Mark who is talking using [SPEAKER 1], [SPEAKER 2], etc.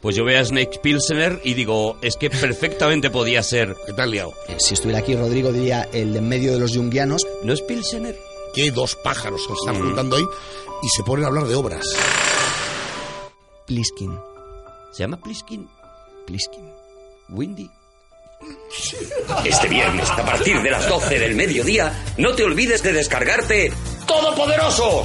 [SPEAKER 1] Pues yo veo a Snake Pilsener y digo, es que perfectamente podía ser.
[SPEAKER 2] ¿Qué tal liado?
[SPEAKER 3] Eh, Si estuviera aquí, Rodrigo diría el de en medio de los yunguianos.
[SPEAKER 1] ¿No es Pilsener?
[SPEAKER 2] Que dos pájaros se están juntando ahí y se ponen a hablar de obras.
[SPEAKER 3] Pliskin.
[SPEAKER 1] ¿Se llama Pliskin?
[SPEAKER 3] Pliskin.
[SPEAKER 1] ¿Windy?
[SPEAKER 4] Este viernes, a partir de las 12 del mediodía, no te olvides de descargarte Todopoderoso,